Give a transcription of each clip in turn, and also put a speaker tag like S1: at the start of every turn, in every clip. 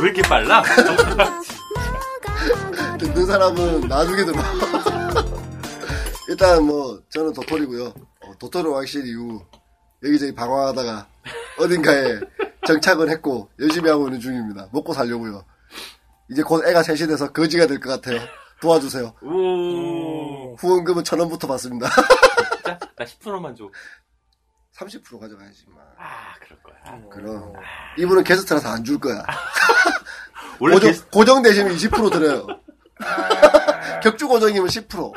S1: 왜 이렇게 빨라?
S2: 먹어 먹어
S3: 듣는 사람은 나중에 들어. 일단 뭐, 저는 도토리고요 어, 도토리는 확실히 이후 여기저기 방황하다가 어딘가에 정착을 했고, 열심히 하고 있는 중입니다. 먹고 살려고요. 이제 곧 애가 셋이 돼서 거지가 될 것 같아요. 도와주세요.
S1: 오,
S3: 후원금은 천 원부터 받습니다.
S1: 진짜? 나 10%만 줘.
S3: 30% 가져가야지, 마.
S1: 아, 그럴 거야.
S3: 그럼. 이분은 게스트라서 안 줄 거야.
S1: 원래
S3: 고정,
S1: 게스트-
S3: 고정 대신에 20% 드려요. 격주 고정이면 10%.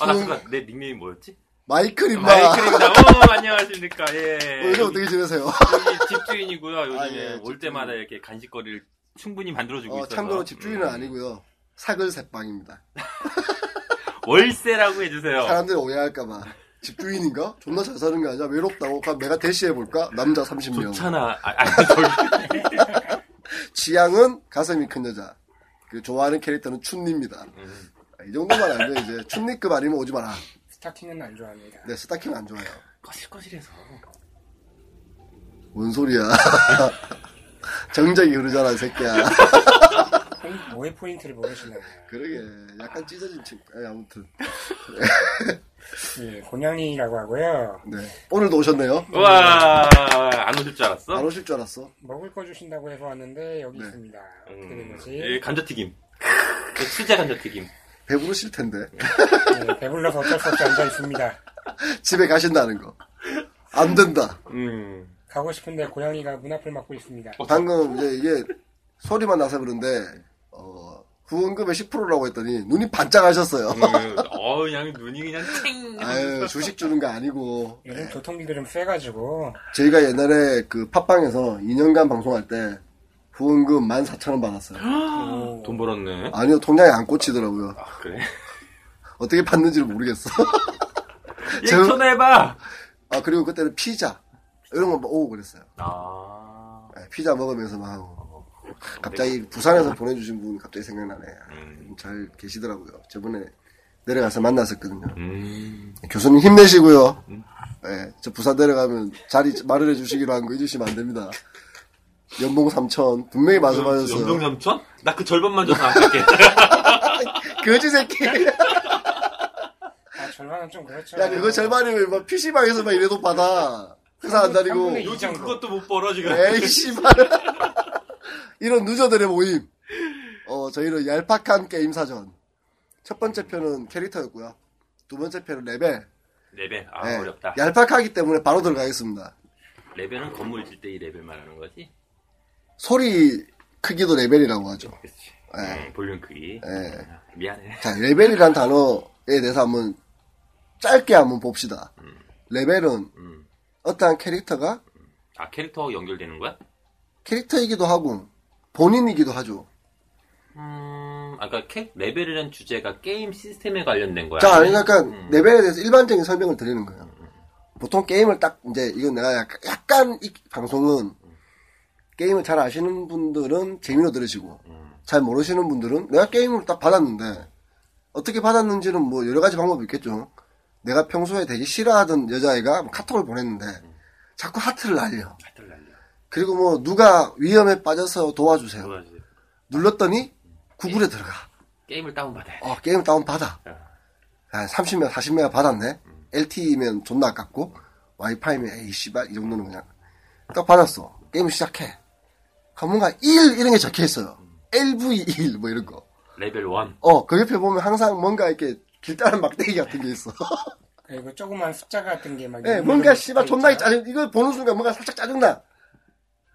S1: 아, 나 잠깐, 내 닉네임 뭐였지?
S3: 마이클 임마.
S1: 마이클입니다. 오, 안녕하십니까. 예.
S3: 요즘 아, 어떻게 지내세요?
S1: 여기 집주인이고요. 요즘에
S3: 아, 예,
S1: 올
S3: 집주인.
S1: 때마다 이렇게 간식거리를 충분히 만들어주고
S3: 어,
S1: 있어서.
S3: 참고로 집주인은
S1: 음,
S3: 아니고요. 사글 새빵입니다.
S1: 음. 월세라고 해주세요.
S3: 사람들이 오해할까봐. 집주인인가? 존나 잘 사는 거 아니야? 외롭다고? 그럼 내가 대시해볼까? 남자 30명.
S1: 좋잖아. 아, 아니, 저기.
S3: 취향은 가슴이 큰 여자. 그 좋아하는 캐릭터는 춘니입니다.
S1: 음.
S3: 아, 이 정도만 알면 이제 춘니급 아니면 오지 마라.
S4: 스타킹은 안 좋아합니다.
S3: 네, 스타킹 안 좋아요.
S1: 거실거실해서.
S3: 뭔 소리야. 정적이 흐르잖아, 이 새끼야.
S4: 포인, 그 뭐의 포인트를 모르시나요?
S3: 그러게. 약간 찢어진 친구. 아니, 아무튼.
S4: 예, 고냥이라고 하고요.
S3: 네. 오늘도 오셨네요.
S1: 우와, 안 오실 줄 알았어?
S3: 안 오실 줄 알았어.
S4: 먹을 거 주신다고 해서 왔는데
S3: 네.
S4: 여기 있습니다. 어떻게 된
S1: 음,
S4: 거지?
S1: 예, 감자튀김. 예, 수제 감자튀김.
S3: 배부르실 텐데.
S4: 예, 배불러서 어쩔 수 없이 앉아 있습니다.
S3: 집에 가신다는 거. 안 된다.
S1: 음.
S4: 가고 싶은데 고양이가 문 앞을 막고 있습니다.
S3: 어. 방금 이제 이게 소리만 나서 그런데 어, 후원금의 10%라고 했더니 눈이 반짝하셨어요.
S1: 음, 어, 그냥 눈이 그냥 ting!
S3: 아유 주식 주는 거 아니고
S4: 요즘 교통비도 좀 세가지고
S3: 저희가 옛날에 그 팟빵에서 2년간 방송할 때 후원금 14,000원 받았어요.
S4: 오,
S1: 돈 벌었네.
S3: 아니요 통장에 안 꽂히더라고요.
S1: 아, 그래?
S3: 어떻게 받는지를 모르겠어.
S1: 얘
S3: 저-
S1: 예, 전화해봐!
S3: 아 그리고 그때는 피자 이런 거막 오고 그랬어요.
S1: 아.
S3: 예, 피자 먹으면서 막
S1: 어,
S3: 하고. 갑자기
S1: 네.
S3: 부산에서 보내주신 분 갑자기 생각나네. 아,
S1: 음.
S3: 잘 계시더라고요. 저번에 내려가서 만났었거든요. 예,
S1: 음.
S3: 교수님 힘내시고요. 예, 저 부산 내려가면 자리 마련해 주시기로 한 거 잊으시면 안 됩니다. 연봉 3천 분명히 마주 받았어요.
S1: 연동 삼촌? 나 그 절반만 줘서 안 갈게.
S3: 거지 새끼. 야
S4: 아, 절반은 좀 그렇죠.
S3: 그거 절반이면 막 PC방에서 막 이래도 받아. 회사 안 다니고.
S4: 삼분의 이.
S1: 요즘 그것도 못 벌어, 지금.
S3: 에이 씨발. 이런 누저들의 모임. 어 저희는 얄팍한 게임 사전. 첫 번째 편은 캐릭터였고요. 두 번째 편은 레벨.
S1: 레벨. 아,
S3: 예,
S1: 어렵다.
S3: 얄팍하기 때문에 바로 들어가겠습니다.
S1: 레벨은 건물 질때이 레벨 말하는 거지?
S3: 소리 크기도 레벨이라고 하죠.
S1: 그치.
S3: 예.
S1: 음, 볼륨 크기. 아,
S3: 예.
S1: 미안해.
S3: 자, 레벨이란 단어에 대해서 한번 짧게 한번 봅시다. 레벨은
S1: 음.
S3: 어떠한 캐릭터가
S1: 아, 캐릭터 연결되는 거야?
S3: 캐릭터이기도 하고 본인이기도 하죠.
S1: 음, 아까 캐 레벨이라는 주제가 게임 시스템에 관련된 거야.
S3: 자, 아니, 그러니까
S1: 음.
S3: 레벨에 대해서 일반적인 설명을 드리는 거예요. 보통 게임을 딱 이제 이건 내가 약간, 약간 이 방송은 게임을 잘 아시는 분들은 재미로 들으시고 잘 모르시는 분들은 내가 게임을 딱 받았는데 어떻게 받았는지는 뭐 여러 가지 방법이 있겠죠. 내가 평소에 되게 싫어하던 여자애가 뭐 카톡을 보냈는데 자꾸 하트를 날려.
S1: 하트를 날려.
S3: 그리고 뭐 누가 위험에 빠져서 도와주세요.
S1: 도와주세요.
S3: 눌렀더니 구글에 들어가.
S1: 게임을 다운받아야 돼.
S3: 어, 게임 다운 받아.
S1: 어.
S3: 아, 30메가, 40메가 받았네. LTE면 존나 아깝고, 와이파이면 에이, 씨발, 이 정도는 그냥. 딱 받았어. 게임 시작해. 그럼 뭔가 1 이런 게 적혀 있어요. LV1 뭐 이런 거.
S1: 레벨 1.
S3: 어, 그 옆에 보면 항상 뭔가 이렇게 길다란 막대기 같은 게 있어.
S4: 그리고 네, 조그만 숫자 같은 게막
S3: 예, 뭔가 씨발 존나게 짜증, 이거 보는 순간 뭔가 살짝 짜증나.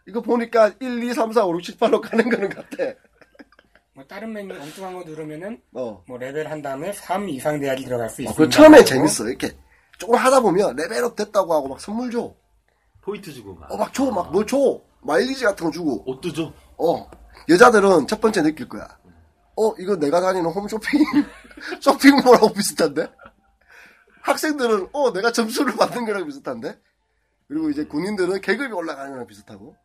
S3: 이거 보니까 1, 2, 3, 4, 5, 6, 7, 8로 가는 거는 같아.
S4: 뭐 다른 메뉴 엉뚱한 거 누르면은
S3: 어.
S4: 뭐 레벨 한 다음에 3 이상 돼야지 들어갈 수
S3: 어,
S4: 있습니다.
S3: 그 처음에 재밌어. 이렇게 조금 하다 보면 레벨업 됐다고 하고 막 선물 줘.
S1: 포인트 주고 막.
S3: 어, 막 줘, 막 뭘 줘. 마일리지 같은 거 주고.
S1: 옷도 줘.
S3: 어. 여자들은 첫 번째 느낄 거야. 어, 이거 내가 다니는 홈쇼핑, 쇼핑몰하고 비슷한데? 학생들은, 어, 내가 점수를 받는 거랑 비슷한데? 그리고 이제 군인들은 계급이 올라가는 거랑 비슷하고.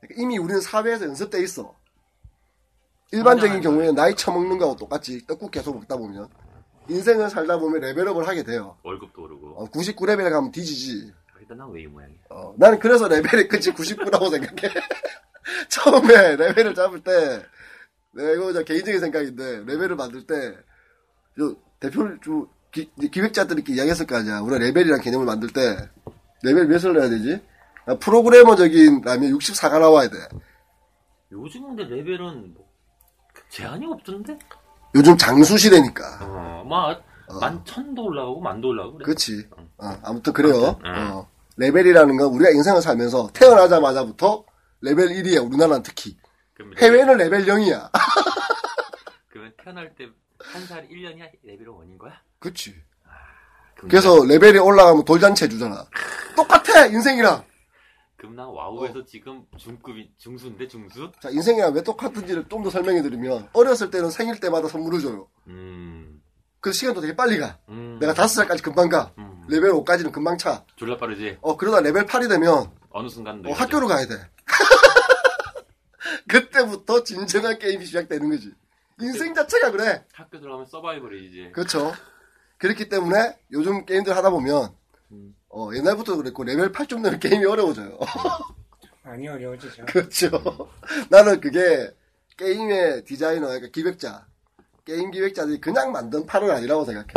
S3: 그러니까 이미 우리는 사회에서 연습돼 있어. 일반적인 경우에 나이 처먹는 거하고 똑같이 떡국 계속 먹다 보면. 인생을 살다 보면 레벨업을 하게 돼요.
S1: 월급도 오르고. 아,
S3: 어, 99레벨 가면 뒤지지.
S1: 일단 난 왜 이 모양이야?
S3: 어, 나는 그래서 레벨이 끝이 99라고 생각해. 처음에 레벨을 잡을 때, 내가 이거 그냥 개인적인 생각인데, 레벨을 만들 때, 요 대표를 좀, 기, 기획자들이 이렇게 이야기했을 거 아니야. 우리가 레벨이란 개념을 만들 때, 레벨 몇을 내야 되지? 아, 프로그래머적인 라면 64가 나와야 돼.
S1: 요즘 근데 레벨은 뭐 제한이 없던데?
S3: 요즘 장수 시대니까.
S1: 어, 막, 만 천도 올라가고 만도 올라가고 그래.
S3: 음. 그렇지. 어, 아무튼 그래요.
S1: 음.
S3: 어, 레벨이라는 건 우리가 인생을 살면서 태어나자마자부터 레벨 1이야. 우리나라는 특히.
S1: 그럼
S3: 해외는 레벨 0이야.
S1: 그러면 태어날 때 한 살 1년이 레벨 1인 거야?
S3: 그렇지.
S1: 그럼
S3: 그래서 레벨이 올라가면 돌잔치 해주잖아. 똑같아 인생이랑.
S1: 그럼 나
S3: 어.
S1: 와우에서 지금 중급이 중수인데 중수?
S3: 자 인생이랑 왜 똑같은지를 좀 더 설명해드리면 어렸을 때는 생일 때마다 선물을 줘요.
S1: 음.
S3: 그 시간도 되게 빨리 가.
S1: 음.
S3: 내가 다섯 살까지 금방 가.
S1: 음.
S3: 레벨 5까지는 금방 차.
S1: 졸라 빠르지.
S3: 어 그러다 레벨 8이 되면
S1: 어느 순간
S3: 어, 학교로 가야 돼. 그때부터 진정한 게임이 시작되는 거지. 인생 자체가 그래.
S1: 학교 들어가면 서바이벌이지.
S3: 그렇죠. 그렇기 때문에 요즘 게임들 하다 보면 어, 옛날부터 그랬고 레벨 8좀 되면 게임이 어려워져요.
S4: 많이 어려워지죠.
S3: 그렇죠. 나는 그게 게임의 디자이너, 그러니까 기획자, 게임 기획자들이 그냥 만든 판은 아니라고 생각해.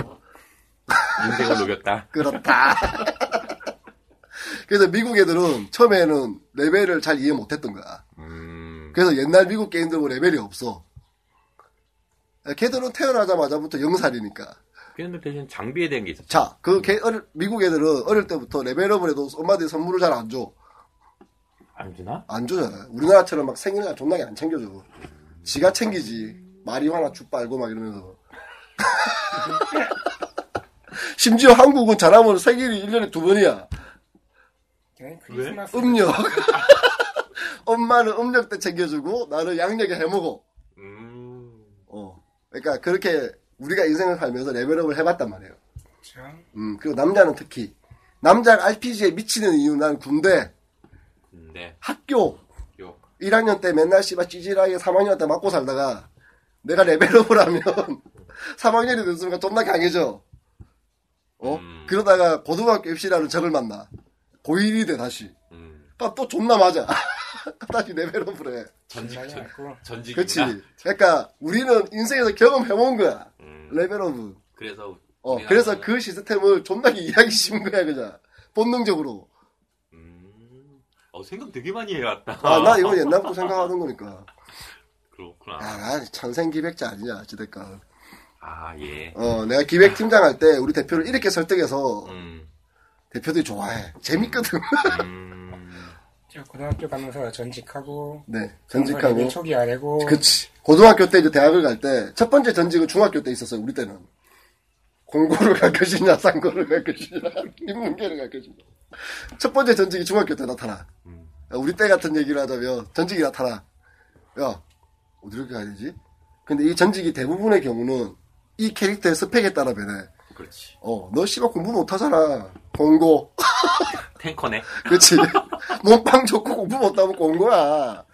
S1: 인생을 녹였다.
S3: 그렇다. 그래서 미국 애들은 처음에는 레벨을 잘 이해 못했던 거야.
S1: 음.
S3: 그래서 옛날 미국 게임들 뭐 레벨이 없어. 걔들은 태어나자마자부터 영살이니까.
S1: 근데 대신 장비에 대한 게 있어.
S3: 그- 자, 그 걔, 어릴- 미국 애들은 어릴 때부터 레벨업을 해도 엄마들이 선물을 잘 안 줘.
S1: 안 주나?
S3: 안 줘요. 우리나라처럼 막 생일날 존나게 안 챙겨줘. 지가 챙기지. 마리화나 죽 빨고 막 이러면서. 심지어 한국은 잘하면 생일이 1년에 두 번이야.
S4: 그냥 크리스마스
S3: 음력. 엄마는 음력 때 챙겨주고 나는 양력에 해먹어.
S1: 음.
S3: 어. 그러니까 그렇게 우리가 인생을 살면서 레벨업을 해봤단 말이에요.
S4: 참
S3: 음, 그리고 남자는 특히. 남자가 RPG에 미치는 이유는 난 군대,
S1: 네.
S3: 학교,
S1: 요.
S3: 1학년 때 맨날 씨발 찌질하게 3학년 때 맞고 살다가 내가 레벨업을 하면 3학년이 됐으니까 존나 강해져. 어?
S1: 음.
S3: 그러다가 고등학교 입시라는 적을 만나. 고1이 돼 다시.
S1: 음.
S3: 그러니까 또 존나 맞아. 다시 레벨업을 해.
S1: 전직
S4: 장난이
S1: 전,
S4: 아니고
S1: 전직.
S3: 그치? 그러니까 우리는 인생에서 경험해본 거야. 레벨업은.
S1: 음. 그래서
S3: 어,
S1: 우리나라는-
S3: 그래서 그 시스템을 존나게 이해하기 쉬운 거야, 그냥. 본능적으로.
S1: 음. 어 생각 되게 많이 해왔다.
S3: 아, 나 이거 옛날부터 생각하는 거니까.
S1: 그렇구나.
S3: 아, 나 천생 기백자 아니냐, 어찌됐건.
S1: 아 예.
S3: 어, 내가 기획팀장 할 때 우리 대표를 이렇게 설득해서
S1: 음.
S3: 대표들이 좋아해. 재밌거든.
S1: 음.
S4: 저 고등학교 가면서 전직하고
S3: 네,
S4: 레벨
S3: 전직하고.
S4: 초기 아래고
S3: 그치. 고등학교 때 이제 대학을 갈 때 첫 번째 전직은 중학교 때 있었어요. 우리 때는. 공고를 갈 것이냐, 쌍고를 갈 것이냐, 인문계를 갈 것이냐. 첫 번째 전직이 중학교 때 나타나. 야, 우리 때 같은 얘기를 하자면 전직이 나타나. 야, 어디로 가야 되지? 근데 이 전직이 대부분의 경우는 이 캐릭터의 스펙에 따라 변해.
S1: 그렇지.
S3: 어, 너 씨발 공부 못하잖아. 공고.
S1: 탱커네.
S3: 그렇지. 몸빵 좋고 공부 못하면 온 거야.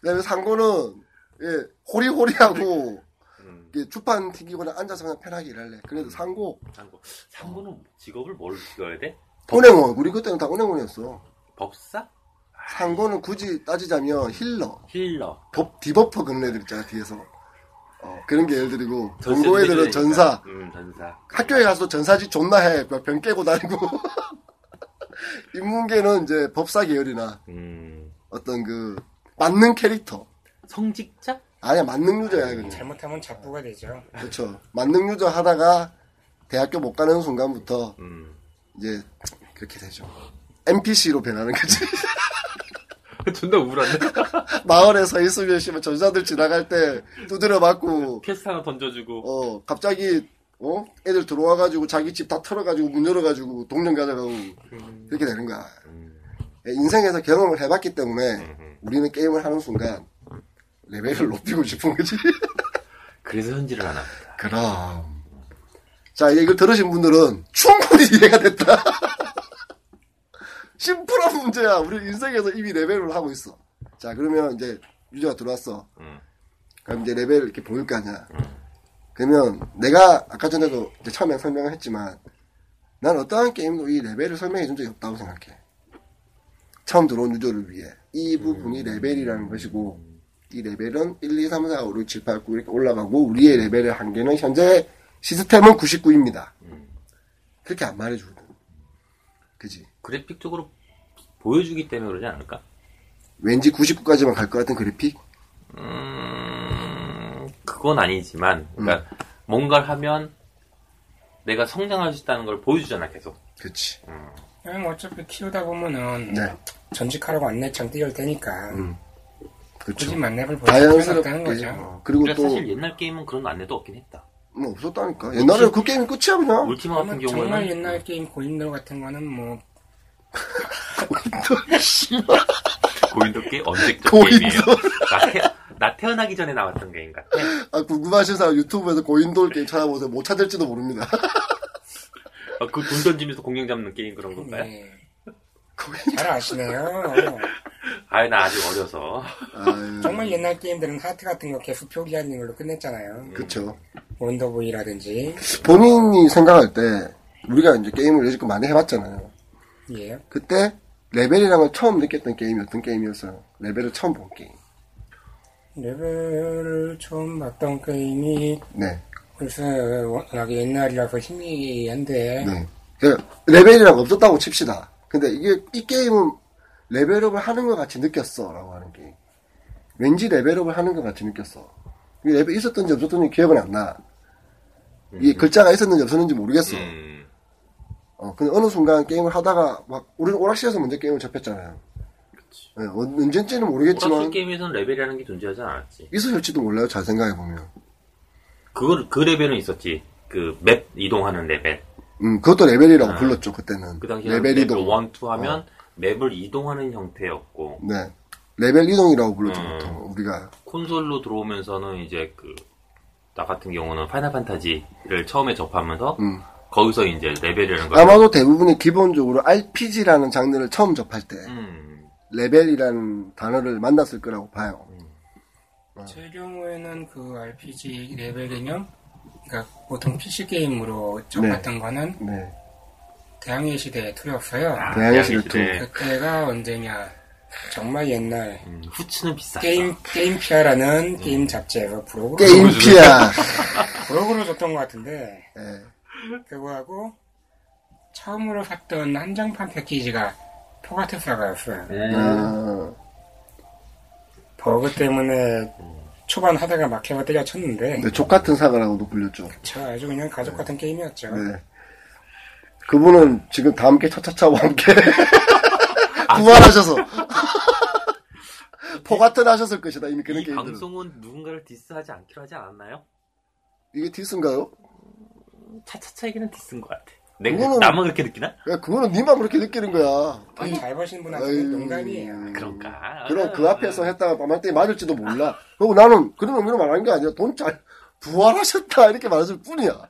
S3: 그다음에 상고는 예, 호리호리하고
S1: 음.
S3: 이게 주판 튕기거나 앉아서 그냥 편하게 일할래. 그래도 상고
S1: 상고.
S3: 어.
S1: 상고는 직업을 뭘 배워야 돼?
S3: 은행원 우리 그때는 다 은행원이었어.
S1: 법사?
S3: 상고는 굳이 따지자면 힐러,
S1: 힐러.
S3: 법 디버퍼 그런 애들 있잖아 뒤에서. 어, 그런 게 예를 들이고 공고 애들은 전사.
S1: 음 전사.
S3: 학교에 가서 전사지 존나 해. 막병 깨고 다니고. 인문계는 이제 법사 계열이나
S1: 음
S3: 어떤 그 맞는 캐릭터.
S1: 성직자?
S3: 아니야 맞는 유저야 그냥.
S4: 잘못하면 잡부가 되죠.
S3: 그렇죠. 만능 유저 하다가 대학교 못 가는 순간부터
S1: 음.
S3: 이제 그렇게 되죠. NPC로 변하는 거지.
S1: 존나 우울한데?
S3: 마을에 서 있으면 씨발 전사들 지나갈 때 두드려 맞고
S1: 캐스트 하나 던져주고
S3: 어 갑자기 어 애들 들어와 가지고 자기 집 다 털어 가지고 문 열어 가지고 동전 가져가고 그렇게 되는 거야. 인생에서 경험을 해봤기 때문에 우리는 게임을 하는 순간 레벨을 높이고 싶은 거지.
S1: 그래서 현질을 안 합니다.
S3: 그럼. 자, 이제 이걸 들으신 분들은 충분히 이해가 됐다. 심플한 문제야. 우리 인생에서 이미 레벨을 하고 있어. 자, 그러면 이제 유저가 들어왔어.
S1: 음.
S3: 그럼 이제 레벨을 이렇게 보일 거 아니야. 그러면 내가 아까 전에도 이제 처음에 설명을 했지만 난 어떠한 게임도 이 레벨을 설명해 준 적이 없다고 생각해. 처음 들어온 유저를 위해. 이 부분이 레벨이라는 것이고, 이 레벨은 1, 2, 3, 4, 5, 6, 7, 8, 9 이렇게 올라가고, 우리의 레벨의 한계는 현재 시스템은 99입니다. 그렇게 안 말해주거든. 그지?
S1: 그래픽적으로 보여주기 때문에 그러지 않을까?
S3: 왠지 99까지만 갈 것 같은 그래픽?
S1: 음, 그건 아니지만, 그러니까
S3: 음.
S1: 뭔가를 하면 내가 성장할 수 있다는 걸 보여주잖아, 계속.
S3: 그치.
S4: 그냥 어차피 키우다 보면은
S3: 네. 음,
S4: 전직하라고 안내창 띄울 테니까 굳이
S3: 그쵸.
S4: 만렙을 보여주없다는
S3: 자연스럽게.
S4: 뭐. 거죠.
S3: 어, 그리고
S1: 그러니까
S3: 또,
S1: 사실 옛날 게임은 그런 안내도 없긴 했다.
S3: 뭐 없었다니까. 옛날에 그 게임이 끝이야, 그냥.
S1: 울티마 같은
S4: 정말, 정말
S1: 경우에는
S4: 옛날 게임 고인돌 같은 거는 뭐
S1: 고인도 그 게임 언제적
S3: 고인도.
S1: 게임이에요. 나, 태, 나 태어나기 전에 나왔던 게임 같아.
S3: 아, 궁금하신 사람 유튜브에서 고인돌 게임 찾아보세요. 못 찾을지도 모릅니다.
S1: 아, 그돈 던지면서 공룡 잡는 게임 그런 건가요?
S4: 예,
S3: 고인-
S4: 잘 아시네요.
S1: 아유, 나 아직 어려서.
S3: 아유,
S4: 정말 옛날 게임들은 하트 같은 거 계속 표기하는 걸로 끝냈잖아요.
S3: 그쵸.
S4: 원더보이라든지
S3: 본인이 생각할 때 우리가 이제 게임을 여지껏 많이 해봤잖아요.
S4: 예.
S3: 그때 레벨이라는 걸 처음 느꼈던 게임이 어떤 게임이었어요? 레벨을 처음 본 게임.
S4: 레벨을 처음 봤던 게임이
S3: 네,
S4: 글쎄 워낙 옛날이라서 희미한데
S3: 네. 그 레벨이란 없었다고 칩시다. 근데 이게 이 게임은 레벨업을 하는 것 같이 느꼈어라고 하는 게임. 왠지 레벨업을 하는 것 같이 느꼈어. 이 레벨 있었던지 없었던지 기억은 안 나. 이 글자가 있었는지 없었는지 모르겠어.
S1: 음,
S3: 어, 근데 어느 순간 게임을 하다가 막 우리는 오락실에서 먼저 게임을 접했잖아요. 네, 언- 언젠지는
S1: 오락실
S3: 모르겠지만
S1: 게임에서는 레벨이라는 게 존재하지 않았지.
S3: 있었을지도 몰라요. 잘 생각해 보면.
S1: 그걸, 그 레벨은 있었지. 그 맵 이동하는 레벨.
S3: 음, 그것도
S1: 아.
S3: 레벨이라고 불렀죠 그때는.
S1: 그 당시에 레벨
S3: 레벨 이동. 어.
S1: 1, 2 하면 맵을 이동하는 형태였고
S3: 네, 레벨 이동이라고 불렀죠
S1: 음.
S3: 보통 우리가.
S1: 콘솔로 들어오면서는 이제 그 나 같은 경우는 파이널 판타지를 처음에 접하면서
S3: 음.
S1: 거기서 이제 레벨이라는 걸
S3: 아마도 대부분이 기본적으로 RPG라는 장르를 처음 접할 때
S1: 음,
S3: 레벨이라는 단어를 만났을 거라고 봐요.
S4: 제 경우에는 그 RPG 레벨 개념 그러니까 보통 PC 게임으로 접했던 거는
S1: 음.
S3: 네,
S4: 대항해 시대에 틀렸어요.
S1: 아,
S3: 대항해
S1: 대항해 시대.
S4: 그때가 언제냐 정말 옛날
S1: 음, 후추는 비쌌어
S4: 게임 게임피아라는 게임 잡지에서 브로그로
S3: 게임피아.
S4: 브로그로 줬던 것 같은데
S3: 네.
S4: 그거하고 처음으로 샀던 한정판 패키지가 포가테사가였어요.
S1: 네.
S3: 어,
S4: 버그 때문에 초반 하다가 막혀서 때려쳤는데
S3: 네, 족 같은 사과라고도 불렸죠.
S4: 저 아주 그냥 가족 같은 게임이었죠.
S3: 네. 그분은 지금 다 함께 차차차와 함께
S1: 아,
S3: 부활하셔서 포가튼 하셨을 것이다 이미 그런
S1: 이
S3: 게임들은
S1: 방송은 누군가를 디스하지 않기로 하지 않았나요?
S3: 이게 디스인가요?
S1: 차차차 얘기는 디스인 것 같아 내가
S3: 그거는-
S1: 나만 그렇게 느끼나?
S3: 야, 그거는 니만 그렇게 느끼는 거야
S4: 돈잘 버신
S3: 네. 아유.
S4: 분한테는 농담이에요.
S1: 그런가?
S3: 음,
S1: 아,
S3: 그럼 그 앞에서 했다가 밤한때 맞을지도 몰라 그리고 나는 그런 의미로 말하는 게 아니라 돈 잘 부활하셨다 이렇게 말했을 뿐이야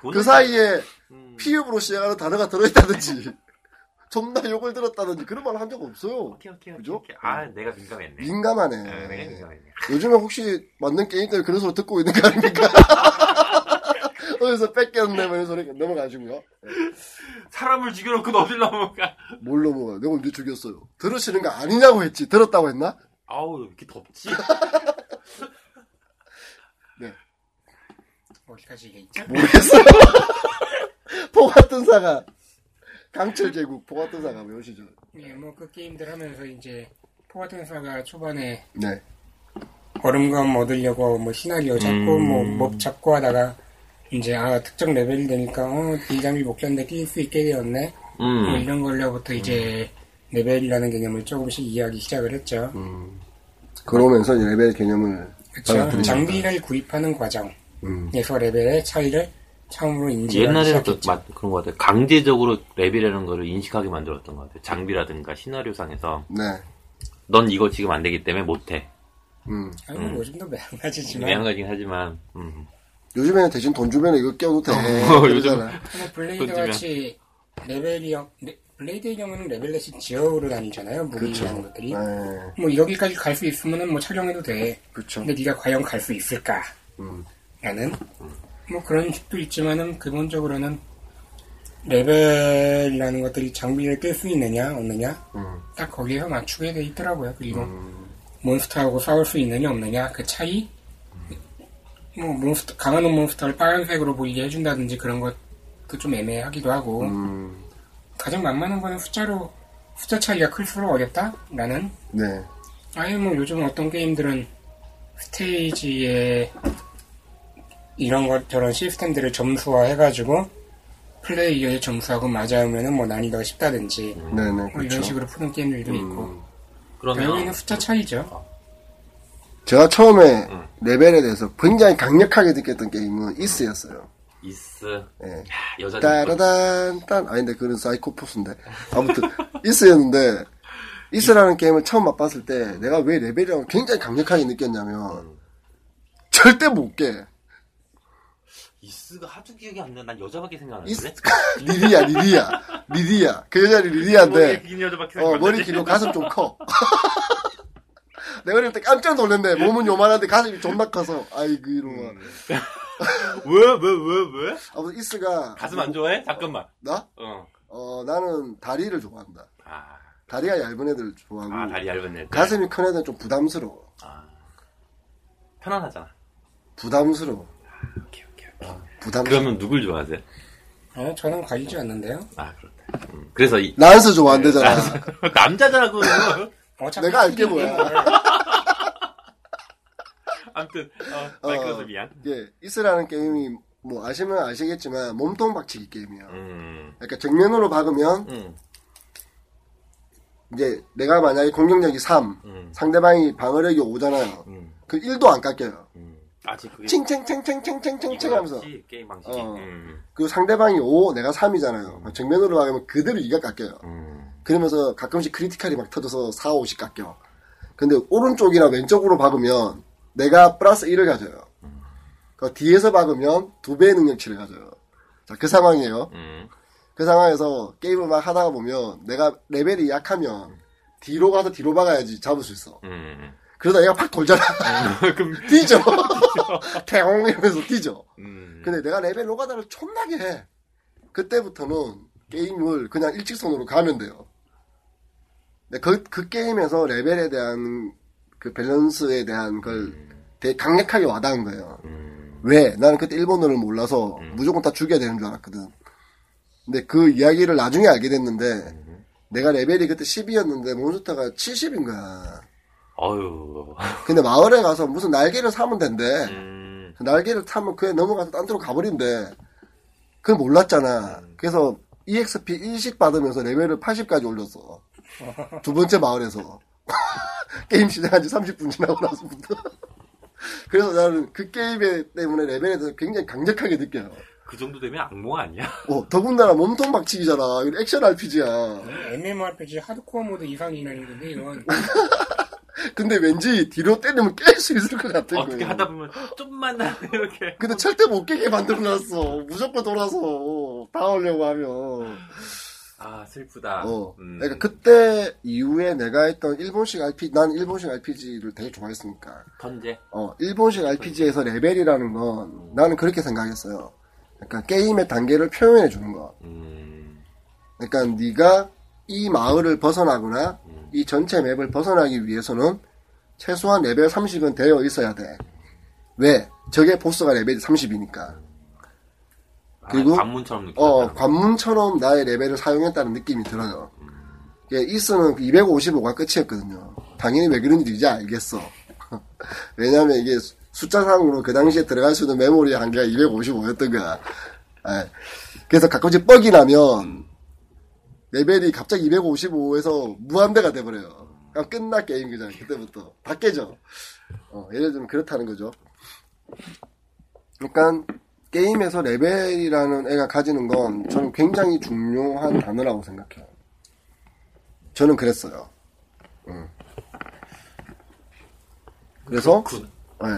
S1: 돈을
S3: 그 사이에
S1: 음,
S3: 피읍으로 시작하는 단어가 들어있다든지 존나 욕을 들었다든지 그런 말 한 적 없어요
S1: 오케이 오케이 오케이,
S3: 그죠? 음.
S1: 오케이 아 내가 민감했네
S3: 민감하네
S1: 아, 내가 민감했네
S3: 요즘에 혹시 만든 게임 때문에 그런 소리 듣고 있는 거 아닙니까? 어디서 뺏겼네, 뭐 이런 소리 넘어가시고요.
S1: 사람을 죽여놓고 어딜 넘어가
S3: 뭘 넘어가요? 내가 언제 죽였어요? 들으시는 거 아니냐고 했지. 들었다고 했나?
S1: 아우 왜 이렇게 덥지?
S4: 어디까지 이게 있죠?
S3: 모르겠어요. 포가뜬사가. 강철 제국, 포가뜬사가 뭐 외우시죠?
S4: 예, 뭐그 게임들 하면서 이제 포가텐사가 초반에
S3: 네.
S4: 얼음감 얻으려고 뭐 시나리오 잡고
S1: 음.
S4: 뭐몹 잡고 하다가 이제 아 특정 레벨이 되니까 어 긴장이 못 견데 낄 수 있게 되었네 뭐
S1: 음.
S4: 이런 걸로부터 이제 레벨이라는 개념을 조금씩 이해하기 시작을 했죠.
S1: 음.
S3: 그러면서 이제 레벨 개념을.
S4: 그렇죠. 장비를 구입하는 과정에서 레벨의 차이를 처음으로 인지하기
S1: 음. 옛날에는 또
S4: 시작했죠.
S1: 맞- 그런 것 같아요. 강제적으로 랩이라는 거를 인식하게 만들었던 것 같아요. 장비라든가 시나리오상에서
S3: 네.
S1: 넌 이거 지금 안 되기 때문에 못해.
S3: 음.
S4: 아니, 뭐 요즘도
S3: 네.
S4: 매한가지지만
S1: 양가긴 하지만 음.
S3: 요즘에는 대신 돈 주면 이거 끼워도 돼.
S1: 어, 요즘-
S3: 그러잖아.
S4: 뭐 블레이드 같이 레벨이 형 네, 블레이드의 경우는 레벨 대신 지역으로 다니잖아요. 무기라는 것들이.
S3: 네.
S4: 뭐 여기까지 갈 수 있으면은 뭐 촬영해도 돼.
S3: 그렇죠.
S4: 근데 네가 과연 갈 수 있을까? 라는 뭐 그런 식도 있지만은 기본적으로는 레벨이라는 것들이 장비를 깰 수 있느냐 없느냐 딱 거기에서 맞추게 돼 있더라고요. 그리고 몬스터하고 싸울 수 있느냐 없느냐 그 차이 뭐 몬스터 강한 몬스터를 빨간색으로 보이게 해준다든지 그런 것도 좀 애매하기도 하고 가장 만만한 거는 숫자로 숫자 차이가 클수록 어렵다라는
S3: 네.
S4: 아예 뭐 요즘 어떤 게임들은 스테이지에 이런 것 저런 시스템들을 점수화 해가지고 플레이어의 점수하고 맞아오면은 뭐 난이도가 쉽다든지 뭐
S3: 네네.
S4: 이런
S3: 그렇죠.
S4: 식으로 푸는 게임들도 있고 결국에는
S1: 그러면
S4: 숫자 차이죠.
S3: 제가 처음에 레벨에 대해서 굉장히 강력하게 느꼈던 게임은 이스였어요.
S1: 이스
S3: 예.
S1: 여자
S3: 따라단 딴 아닌데 그건 사이코포스인데 아무튼 이스였는데 이스라는 게임을 처음 맛봤을 때 내가 왜 레벨이라고 굉장히 강력하게 느꼈냐면 절대 못 깨.
S1: 이스가 하도 기억이 안 나. 난 여자밖에 생각 안
S3: 이스
S1: 나는데.
S3: 리리야 리리야 리리야 그 여자는 리리야인데
S1: 긴 여자밖에
S3: 어, 머리 길고 가슴 좀 커. 내가 어릴 때 깜짝 놀랐네. 몸은 요만한데 가슴이 존나 커서. 아이고, 이놈아.
S1: 음. 왜왜 왜 왜?
S3: 아무튼 이스가.
S1: 가슴 안 좋아해? 잠깐만.
S3: 나?
S1: 어.
S3: 어, 나는 다리를 좋아한다.
S1: 아,
S3: 다리가 얇은 애들 좋아하고.
S1: 아 다리 얇은 애.
S3: 음. 가슴이 큰 애들은 좀 부담스러워.
S1: 편안하잖아.
S3: 부담스러워.
S1: 아,
S3: 어,
S1: 오케이 오케이 오케이.
S3: 부담스러워.
S1: 그러면 누굴 좋아하세요?
S4: 어, 저는 가리지 않는데요.
S1: 아 그렇다. 음, 그래서 이
S3: 난스
S1: 네,
S3: 좋아한대잖아.
S1: 남자라고.
S4: 어차피
S3: 내가 알게 뭐야.
S1: 아무튼 어,
S3: 어,
S1: 마이크로서 미안.
S3: 예, 이스라는 게임이 뭐 아시면 아시겠지만 몸통 박치기 게임이야.
S1: 음,
S3: 그러니까 정면으로 박으면
S1: 음,
S3: 이제 내가 만약에 공격력이 3,
S1: 음.
S3: 상대방이 방어력이 5잖아요.
S1: 음.
S3: 그 1도 안 깎여요.
S1: 음. 아직 그게
S3: 칭칭칭칭칭칭칭칭
S1: 이거
S3: 하면서
S1: 역시 게임 방식이.
S3: 어.
S1: 음,
S3: 그 상대방이 5 내가 3이잖아요 정면으로 가면 그대로 2가 깎여요
S1: 음.
S3: 그러면서 가끔씩 크리티컬이 막 터져서 4, 5씩 깎여 근데 오른쪽이나 왼쪽으로 박으면 내가 플러스 1을 가져요
S1: 음.
S3: 그 뒤에서 박으면 두 배의 능력치를 가져요 자 그 상황이에요
S1: 음.
S3: 그 상황에서 게임을 막 하다가 보면 내가 레벨이 약하면 뒤로 가서 뒤로 박아야지 잡을 수 있어
S1: 음.
S3: 그러다 얘가 팍 돌잖아
S1: 그럼
S3: 뛰죠 태옹 이러면서 뛰죠
S1: 음.
S3: 근데 내가 레벨 로가다를 촌나게 해. 그때부터는 게임을 그냥 일직선으로 가는데요. 근데 그, 그 게임에서 레벨에 대한 그 밸런스에 대한 걸
S1: 음.
S3: 되게 강력하게 와닿은 거예요. 왜? 나는 그때 일본어를 몰라서
S1: 음.
S3: 무조건 다 죽여야 되는 줄 알았거든. 근데 그 이야기를 나중에 알게
S1: 음.
S3: 됐는데 내가 레벨이 그때 10이었는데 몬스터가 70인 거야.
S1: 어유.
S3: 근데 마을에 가서 무슨 날개를 사면 된대.
S1: 음.
S3: 날개를 타면 그에 넘어가서 딴 데로 가버린대. 그걸 몰랐잖아. 그래서 E EXP 일식 받으면서 레벨을 80까지 올렸어. 두 번째 마을에서. 게임 시작한 지 30분 지나고 나서부터. 그래서 나는 그 게임 때문에 레벨에 대해서 굉장히 강력하게 느껴요.
S1: 그 정도 되면 악몽 아니야?
S3: 어, 더군다나 몸통 박치기잖아. 이건 액션 RPG야.
S4: MMORPG 하드코어 모드 이상이라는 건데 이건
S3: 근데 왠지 뒤로 때리면 깰 수 있을 것 같은 거야.
S1: 어떻게 하다 보면 좀만 이렇게.
S3: 근데 절대 못 깨게 만들어놨어. 무조건 돌아서 다 하려고 하면.
S1: 아 슬프다.
S3: 어.
S1: 음.
S3: 그러니까 그때 이후에 내가 했던 일본식 RPG, 난 일본식 RPG를 되게 좋아했으니까.
S1: 던제.
S3: 어, 일본식 RPG에서
S1: 그러니까.
S3: 레벨이라는 건 나는 그렇게 생각했어요. 그러니까 게임의 단계를 표현해 주는 거.
S1: 음.
S3: 그러니까 네가 이 마을을 벗어나거나
S1: 음.
S3: 이 전체 맵을 벗어나기 위해서는 최소한 레벨 30은 되어 있어야 돼. 왜? 저게 보스가 레벨이 30이니까. 그리고-
S1: 아, 관문처럼 느껴.
S3: 어, 관문처럼 나의 레벨을 사용했다는 느낌이 들어요. 예, 이스는 255가 끝이었거든요. 당연히 왜 그런지 이제 알겠어. 왜냐면 하 이게 수- 숫자상으로 그 당시에 들어갈 수 있는 메모리의 한계가 255였던 거야. 예. 그래서 가끔씩 뻑이 나면 레벨이 갑자기 255에서 무한대가 돼버려요. 그냥 끝나 게임 그냥 그때부터 다 깨져. 어, 예를 들면 그렇다는 거죠. 그러니까 게임에서 레벨이라는 애가 가지는 건 저는 굉장히 중요한 단어라고 생각해요. 저는 그랬어요. 음. 그래서 네.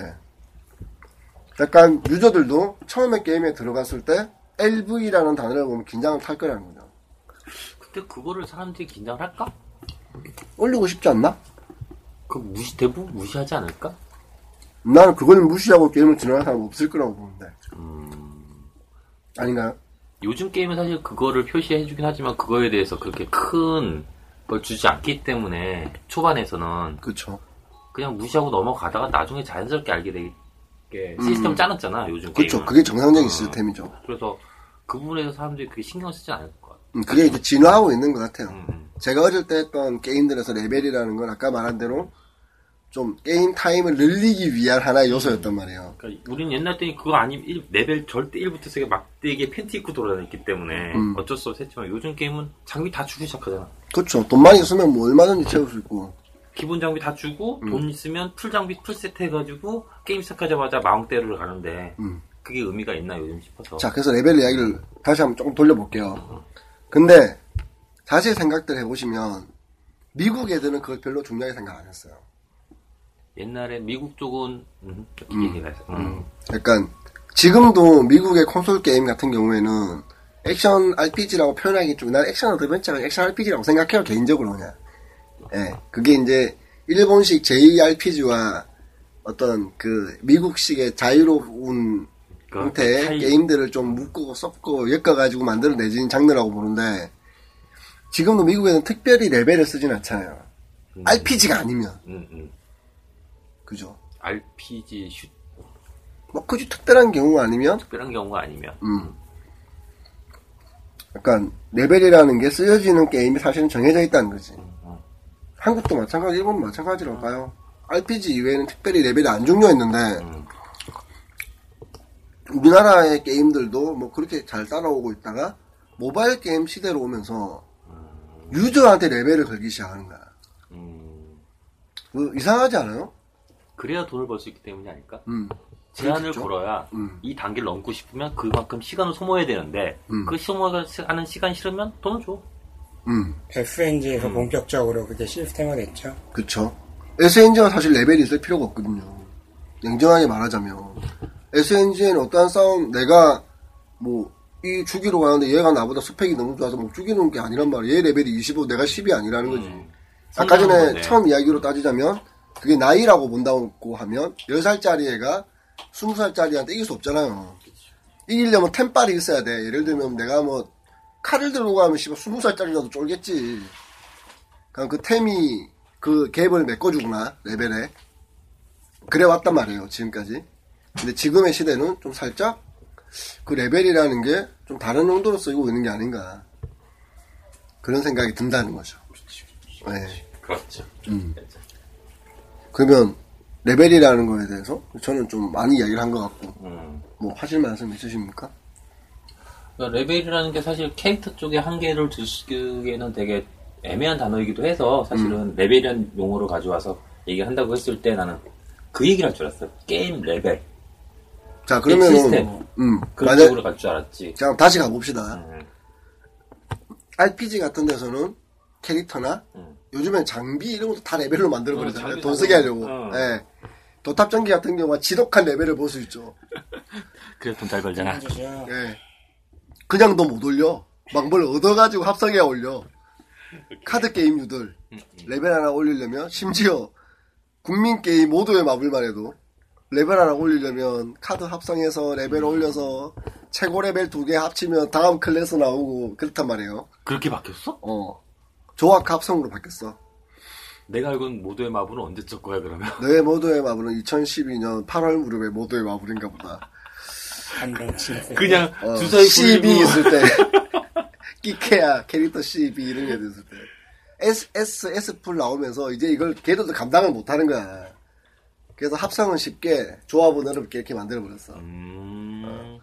S3: 약간 유저들도 처음에 게임에 들어갔을 때 LV라는 단어를 보면 긴장을 탈 거라는 거죠.
S1: 근데 그거를 사람들이 긴장을 할까?
S3: 올리고 싶지 않나?
S1: 그 무시 대부분 무시하지 않을까?
S3: 나는 그걸 무시하고 게임을 진행하는 사람 없을 거라고 보는데. 음. 아닌가요?
S1: 요즘 게임은 사실 그거를 표시해주긴 하지만 그거에 대해서 그렇게 큰 걸 주지 않기 때문에 초반에서는
S3: 그렇죠.
S1: 그냥 무시하고 넘어가다가 나중에 자연스럽게 알게 되게 시스템 짜놨잖아 요즘
S3: 음. 그렇죠.
S1: 게임은.
S3: 그게 정상적인 시스템이죠.
S1: 그래서 그 부분에서 사람들이 그게 신경 쓰지 않을 것 같아.
S3: 음, 그게 이제 진화하고 있는 것 같아요.
S1: 음.
S3: 제가 어릴 때 했던 게임들에서 레벨이라는 건 아까 말한 대로 좀 게임 타임을 늘리기 위한 하나의 요소였단 말이에요.
S1: 그러니까 우리는 옛날 때는 그거 아니면 일- 레벨 절대 1부터 세게 막대기에 팬티 입고 돌아다녔기 때문에
S3: 음.
S1: 어쩔 수 없이 했지만 요즘 게임은 장비 다 주기 시작하잖아.
S3: 그렇죠. 돈만 있으면 뭐 얼마든지 채울 수 있고.
S1: 기본 장비 다 주고
S3: 음.
S1: 돈 있으면 풀 장비 풀 세트 해가지고 게임 시작하자마자 마왕대로를 가는데
S3: 음.
S1: 그게 의미가 있나 요즘 싶어서
S3: 자, 그래서 레벨 이야기를 다시 한번 조금 돌려볼게요. 근데 사실 생각들 해보시면 미국 애들은 그걸 별로 중요하게 생각 안 했어요.
S1: 옛날에 미국 쪽은 음, 이렇게 얘기를 해서 음.
S3: 약간 지금도 미국의 콘솔 게임 같은 경우에는 액션 RPG라고 표현하기 좀 난 액션 어드벤처가 액션 RPG라고 생각해요 개인적으로 그냥 예 그게 이제 일본식 JRPG와 어떤 그 미국식의 자유로운
S1: 그러니까
S3: 형태의
S1: 차이-
S3: 게임들을 좀 묶고 섞고 엮어가지고 만들어내진 장르라고 보는데 지금도 미국에는 특별히 레벨을 쓰진 않잖아요
S1: 음.
S3: RPG가 아니면
S1: 음, 음.
S3: 그죠
S1: RPG 슛
S3: 뭐 그지 특별한 경우가 아니면
S1: 특별한 경우가 아니면
S3: 음. 약간 레벨이라는 게 쓰여지는 게임이 사실은 정해져 있다는 거지. 한국도 마찬가지, 일본도 마찬가지라고 봐요. RPG 이외에는 특별히 레벨이 안 중요했는데
S1: 음.
S3: 우리나라의 게임들도 뭐 그렇게 잘 따라오고 있다가 모바일 게임 시대로 오면서 유저한테 레벨을 걸기 시작하는 거야.
S1: 음.
S3: 그 이상하지 않아요?
S1: 그래야 돈을 벌 수 있기 때문이 아닐까?
S3: 음.
S1: 제한을
S3: 그렇겠죠.
S1: 걸어야
S3: 음.
S1: 이 단계를 넘고 싶으면 그만큼 시간을 소모해야 되는데
S3: 음.
S1: 그 소모하는 시간 싫으면 돈을 줘.
S3: 음.
S4: SNG에서 본격적으로 그게 시스템화 됐죠.
S3: 그쵸. SNG가 사실 레벨이 있을 필요가 없거든요. 냉정하게 말하자면. SNG에는 어떠한 싸움, 내가, 뭐, 이 죽이러 가는데 얘가 나보다 스펙이 너무 좋아서 못 죽이는 게 아니란 말이야. 얘 레벨이 25, 내가 10이 아니라는 거지. 아까 전에
S1: 음. 성장한 거네.
S3: 처음 이야기로 따지자면, 그게 나이라고 본다고 하면, 10살짜리 애가 20살짜리한테 이길 수 없잖아요. 이기려면 템빨이 있어야 돼. 예를 들면 내가 뭐, 칼을 들고 가면 씨발 20살짜리라도 쫄겠지. 그냥 그 템이 그 갭을 메꿔주구나 레벨에 그래 왔단 말이에요 지금까지 근데 지금의 시대는 좀 살짝 그 레벨이라는 게 좀 다른 용도로 쓰이고 있는 게 아닌가 그런 생각이 든다는 거죠 네.
S1: 그렇죠.
S3: 그러면 레벨이라는 거에 대해서 저는 좀 많이 이야기를 한 것 같고
S1: 음.
S3: 뭐 하실 말씀 있으십니까?
S1: 그러니까 레벨이라는 게 사실 캐릭터 쪽의 한계를 주시기에는 되게 애매한 단어이기도 해서 사실은
S3: 음.
S1: 레벨이라는 용어를 가져와서 얘기한다고 했을 때 나는 그 얘기를 할 줄 알았어요. 게임 레벨.
S3: 자
S1: 시스템.
S3: 그러면 음,
S1: 그런
S3: 만약-
S1: 쪽으로 갈 줄 알았지.
S3: 자, 그럼 다시 가봅시다.
S1: 음.
S3: RPG 같은 데서는 캐릭터나
S1: 음.
S3: 요즘엔 장비 이런 것도 다 레벨로 만들어
S1: 어,
S3: 버리잖아요.
S1: 장비
S3: 돈
S1: 다
S3: 쓰게 하려고.
S1: 어.
S3: 예. 도탑전기 같은 경우가 지독한 레벨을 볼 수 있죠.
S1: 그래서 돈 잘 벌잖아.
S4: 그죠?
S3: 예. 그냥 돈 못 올려. 막 뭘 얻어가지고 합성해 올려. 카드
S1: 음,
S3: 게임류들 레벨 하나 올리려면 심지어 국민 게임 모두의 마블만 해도 레벨 하나 올리려면 카드 합성해서 레벨 올려서 최고 레벨 두 개 합치면 다음 클래스 나오고 그렇단 말이에요.
S1: 그렇게 바뀌었어?
S3: 어. 조합 합성으로 바뀌었어.
S1: 내가 알고 있는 모두의 마블은 언제 적 거야 그러면?
S3: 너의 모두의 마블은 2012년 8월 무렵의 모두의 마블인가 보다.
S4: 한번 치면서.
S1: 그냥
S3: 어,
S1: 주사위
S3: CB
S1: 굴리고
S3: 있을 때. 끼케야 캐릭터 CB 이런 게 있을 때. S, S, S풀 나오면서 이제 이걸 걔들도 감당을 못 하는 거야. 그래서 합성은 쉽게, 조합은 어렵게 이렇게 만들어버렸어. 어.
S1: 음.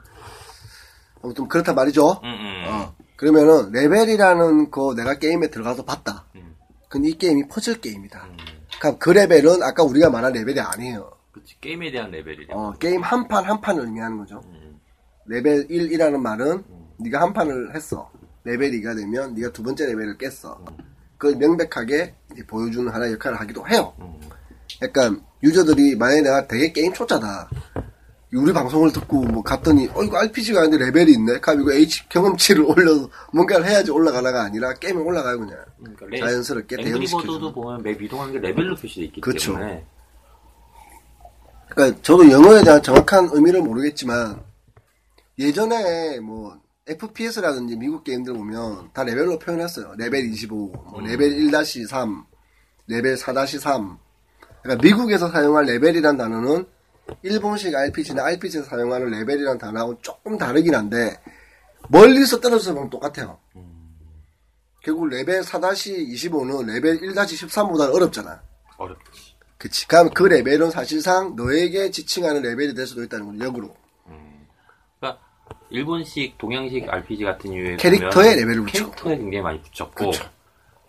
S3: 아무튼 그렇단 말이죠.
S1: 음, 음.
S3: 어. 그러면은 레벨이라는 거 내가 게임에 들어가서 봤다.
S1: 음.
S3: 근데 이 게임이 퍼즐 게임이다. 그럼 그 레벨은 아까 우리가 말한 레벨이 아니에요.
S1: 그치 게임에 대한 레벨이래.
S3: 어, 게임 한 판 한 판을 의미하는 거죠. 레벨 1이라는 말은 네가 한 판을 했어. 레벨 2가 되면 네가 두 번째 레벨을 깼어. 그걸 명백하게 이제 보여주는 하나의 역할을 하기도 해요. 약간 유저들이 만약에 내가 되게 게임 초짜다. 우리 방송을 듣고 뭐 갔더니 어 이거 RPG가 아닌데 레벨이 있네. 그럼 이거 H 경험치를 올려서 뭔가를 해야지 올라가나가 아니라 게임에 올라가요 그냥. 자연스럽게 대응시켜주는.
S1: 그러니까 앵그리버드도 보면 맵 이동하는 게 레벨로 표시돼 있기
S3: 그쵸.
S1: 때문에
S3: 그러니까 저도 영어에 대한 정확한 의미를 모르겠지만 예전에 뭐 FPS라든지 미국 게임들 보면 다 레벨로 표현했어요. 레벨 25, 뭐 레벨 1-3, 레벨 4-3. 그러니까 미국에서 사용할 레벨이란 단어는 일본식 RPG나 RPG에서 사용하는 레벨이란 단어하고 조금 다르긴 한데 멀리서 떨어져서 보면 똑같아요. 결국 레벨 4-25는 레벨 1-13보다는 어렵잖아.
S1: 어렵지.
S3: 그치. 그럼 그 레벨은 사실상 너에게 지칭하는 레벨이 될 수도 있다는 거죠. 역으로.
S1: 그러니까 일본식 동양식 RPG 같은 유에
S3: 캐릭터에 레벨을 붙여.
S1: 캐릭터에 굉장히 많이 붙였고
S3: 그쵸.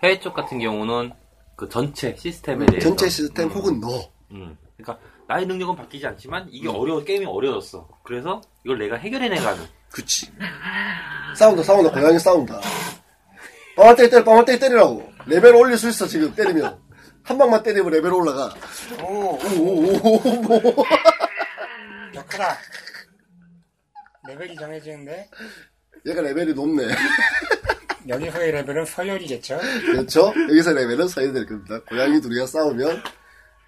S1: 해외 쪽 같은 경우는 그 전체 시스템에 대해서
S3: 전체 시스템
S1: 음,
S3: 혹은 너.
S1: 음. 그러니까 나의 능력은 바뀌지 않지만 이게 어려워 게임이 어려졌어. 그래서 이걸 내가 해결해내가는
S3: 그치. 싸운다, 싸운다. 고양이 싸운다. 빵을 때리, 때리, 빵을 때리, 때리라고. 레벨 올릴 수 있어, 지금 때리면. 한 방만 때리면 레벨 올라가.
S4: 오,
S3: 오, 오, 오, 뭐.
S4: 역하다. 레벨이 정해지는데
S3: 얘가 레벨이 높네.
S4: 여기서의 레벨은 서열이겠죠?
S3: 그렇죠? 여기서 레벨은 서야 될 겁니다. 고양이 둘이가 싸우면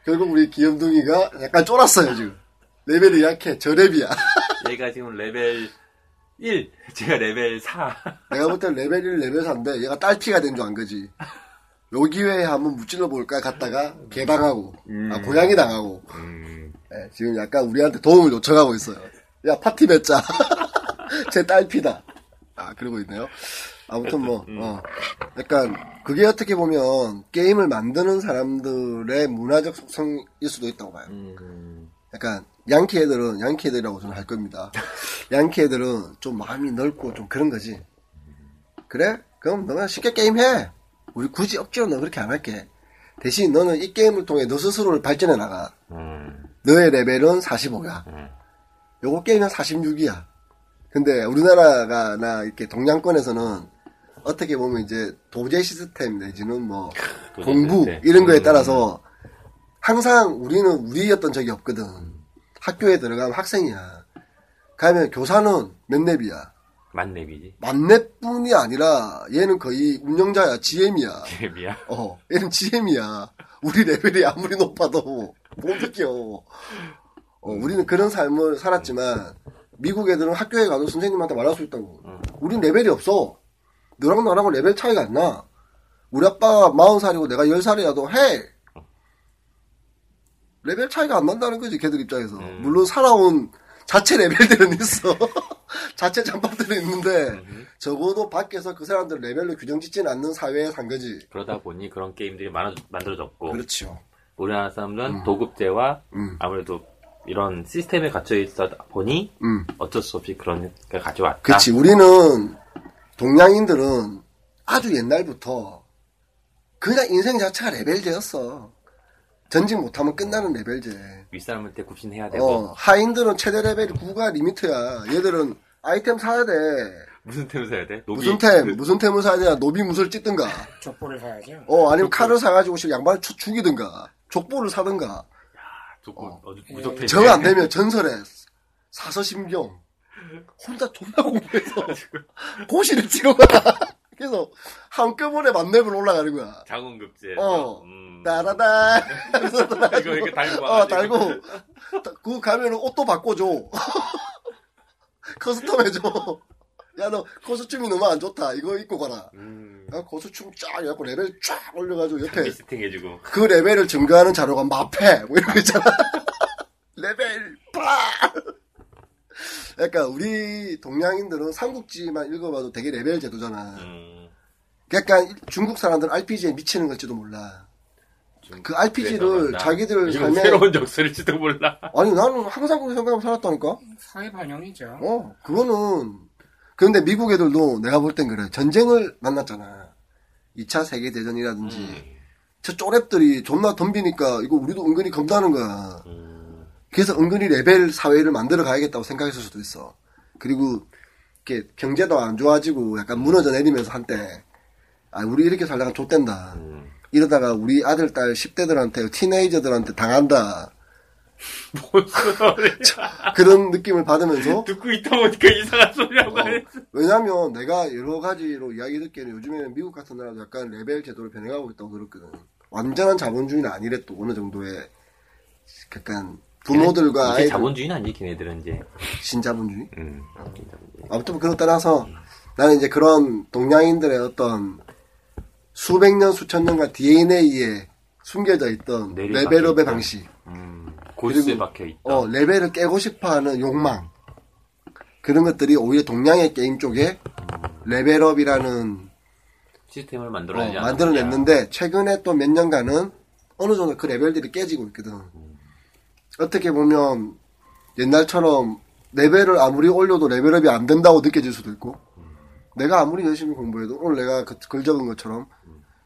S3: 결국 우리 귀염둥이가 약간 쫄았어요, 지금. 레벨이 약해. 저랩이야.
S1: 얘가 지금 레벨 1, 제가 레벨 4.
S3: 내가 볼 땐 레벨 1, 레벨 4인데 얘가 딸피가 된 줄 안 거지. 요기회에 한번 무찔러 볼까 갔다가 개 당하고 아, 고양이 당하고 예, 지금 약간 우리한테 도움을 요청하고 있어요. 야 파티 맺자. 제 딸피다. 아 그러고 있네요. 아무튼 뭐 어, 약간 그게 어떻게 보면 게임을 만드는 사람들의 문화적 속성일 수도 있다고 봐요. 약간 양키 애들은 양키 애들이라고 저는 할 겁니다. 양키 애들은 좀 마음이 넓고 좀 그런 거지. 그래? 그럼 너는 쉽게 게임해. 우리 굳이 억지로 너 그렇게 안 할게. 대신 너는 이 게임을 통해 너 스스로를 발전해 나가. 너의 레벨은 45야. 요거 게임은 46이야. 근데 우리나라가 나 이렇게 동양권에서는 어떻게 보면 이제 도제 시스템 내지는 뭐
S1: 도제
S3: 공부
S1: 시스템.
S3: 이런 거에
S1: 그 음.
S3: 따라서 항상 우리는 우리였던 적이 없거든. 학교에 들어가면 학생이야. 가면 교사는 몇 렙이야.
S1: 만렙이지.
S3: 만렙뿐이 아니라 얘는 거의 운영자야 GM이야.
S1: 랩이야.
S3: 어, 얘는 GM이야. 우리 레벨이 아무리 높아도 못 이겨. 어, 우리는 그런 삶을 살았지만 미국 애들은 학교에 가도 선생님한테 말할 수 있다고. 우린 레벨이 없어. 너랑 나랑 은 레벨 차이가 안 나. 우리 아빠가 40살이고 내가 10살이라도 해. 레벨 차이가 안 난다는 거지, 걔들 입장에서. 물론 살아온 자체 레벨들은 있어. 자체 잠밥들은 있는데, 적어도 밖에서 그 사람들 레벨로 규정 짓진 않는 사회에 산 거지.
S1: 그러다 보니 그런 게임들이 많아, 만들어졌고
S3: 그렇죠.
S1: 우리나라 사람들은
S3: 음.
S1: 도급제와 아무래도 이런 시스템에 갇혀 있다 보니
S3: 음. 아.
S1: 어쩔 수 없이 그런 게 가져왔다.
S3: 그치. 우리는, 동양인들은 아주 옛날부터 그냥 인생 자체가 레벨제였어. 전직 못하면 끝나는 레벨제.
S1: 윗사람한테 굽신해야 되고
S3: 어, 하인들은 최대 레벨 9가 리미트야. 얘들은 아이템 사야 돼.
S1: 무슨 템을 사야 돼? 그 노비.
S3: 무슨 템, 무슨 템을 사야 되냐. 노비 무술 찢든가.
S4: 족보를 사야죠.
S3: 어, 아니면 칼을 사가지고 지금 양반을 쳐 죽이든가. 족보를 사든가.
S1: 조금 어. 주 무적해.
S3: 정 안 되면 전설의 사서심경 혼자 존나 공부해서 고시를 치러 가. 그래서 한꺼번에 만렙을 올라가는 거야.
S1: 장원급제.
S3: 어,
S1: 음.
S3: 따라다.
S1: 이거 이렇게 달고
S3: 어,
S1: 와가지고.
S3: 달고. 다- 그거 가면은 옷도 바꿔줘. 커스텀 해줘. 야, 너 코스튬이 너무 안 좋다. 이거 입고 가라.
S1: 음.
S3: 야, 코스튬 쫙 해갖고 레벨 쫙 올려가지고 옆에
S1: 미스팅 해주고.
S3: 그 레벨을 증가하는 자료가 마패 뭐 이런 거 있잖아 레벨 팍 그러니까 우리 동양인들은 삼국지만 읽어봐도 되게 레벨 제도잖아
S1: 음.
S3: 그러니까 중국 사람들은 RPG에 미치는 걸지도 몰라 그 RPG 를
S1: 그래서 나
S3: 자기들
S1: 지금
S3: 삶에-
S1: 네, 새로운 역설일지도 몰라.
S3: 아니 나는 항상 그렇게 생각하고 살았다니까
S4: 사회 반영이죠.
S3: 어 그거는 그런데 미국 애들도 내가 볼 땐 그래 전쟁을 만났잖아 2차 세계대전이라든지 저 쪼랩들이 존나 덤비니까 이거 우리도 은근히 겁나는 거야. 그래서 은근히 레벨 사회를 만들어 가야겠다고 생각했을 수도 있어. 그리고 이렇게 경제도 안 좋아지고 약간 무너져 내리면서 한때 아 우리 이렇게 살다가 좆된다 이러다가 우리 아들 딸 10대들한테 티네이저들한테 당한다
S5: 뭔 소리
S3: 그런 느낌을 받으면서
S5: 듣고 있다 보니까 이상한 소리라고
S3: 어,
S5: 하네
S3: 왜냐면 내가 여러 가지로 이야기 듣기에는 요즘에는 미국 같은 나라도 약간 레벨 제도를 변해가고 있다고 들었거든. 완전한 자본주의는 아니래 또 어느 정도의 약간 부모들과
S1: 이제
S3: 아이들
S1: 자본주의는 아니지 걔네들은 이제
S3: 신자본주의.
S1: 음.
S3: 아무튼 그런 떠나서 나는 이제 그런 동양인들의 어떤 수백 년 수천 년간 DNA에 숨겨져 있던
S1: 내리
S3: 레벨업의
S1: 박혀있다.
S3: 방식,
S1: 고수에
S3: 그리고-
S1: 박혀있다
S3: 어 레벨을 깨고 싶어하는 욕망 그런 것들이 오히려 동양의 게임 쪽에 레벨업이라는
S1: 시스템을
S3: 어,
S1: 만들어내지 않았느냐.
S3: 만들어냈는데 최근에 또 몇 년간은 어느 정도 그 레벨들이 깨지고 있거든. 어떻게 보면 옛날처럼 레벨을 아무리 올려도 레벨업이 안 된다고 느껴질 수도 있고 내가 아무리 열심히 공부해도 오늘 내가 그, 글 적은 것처럼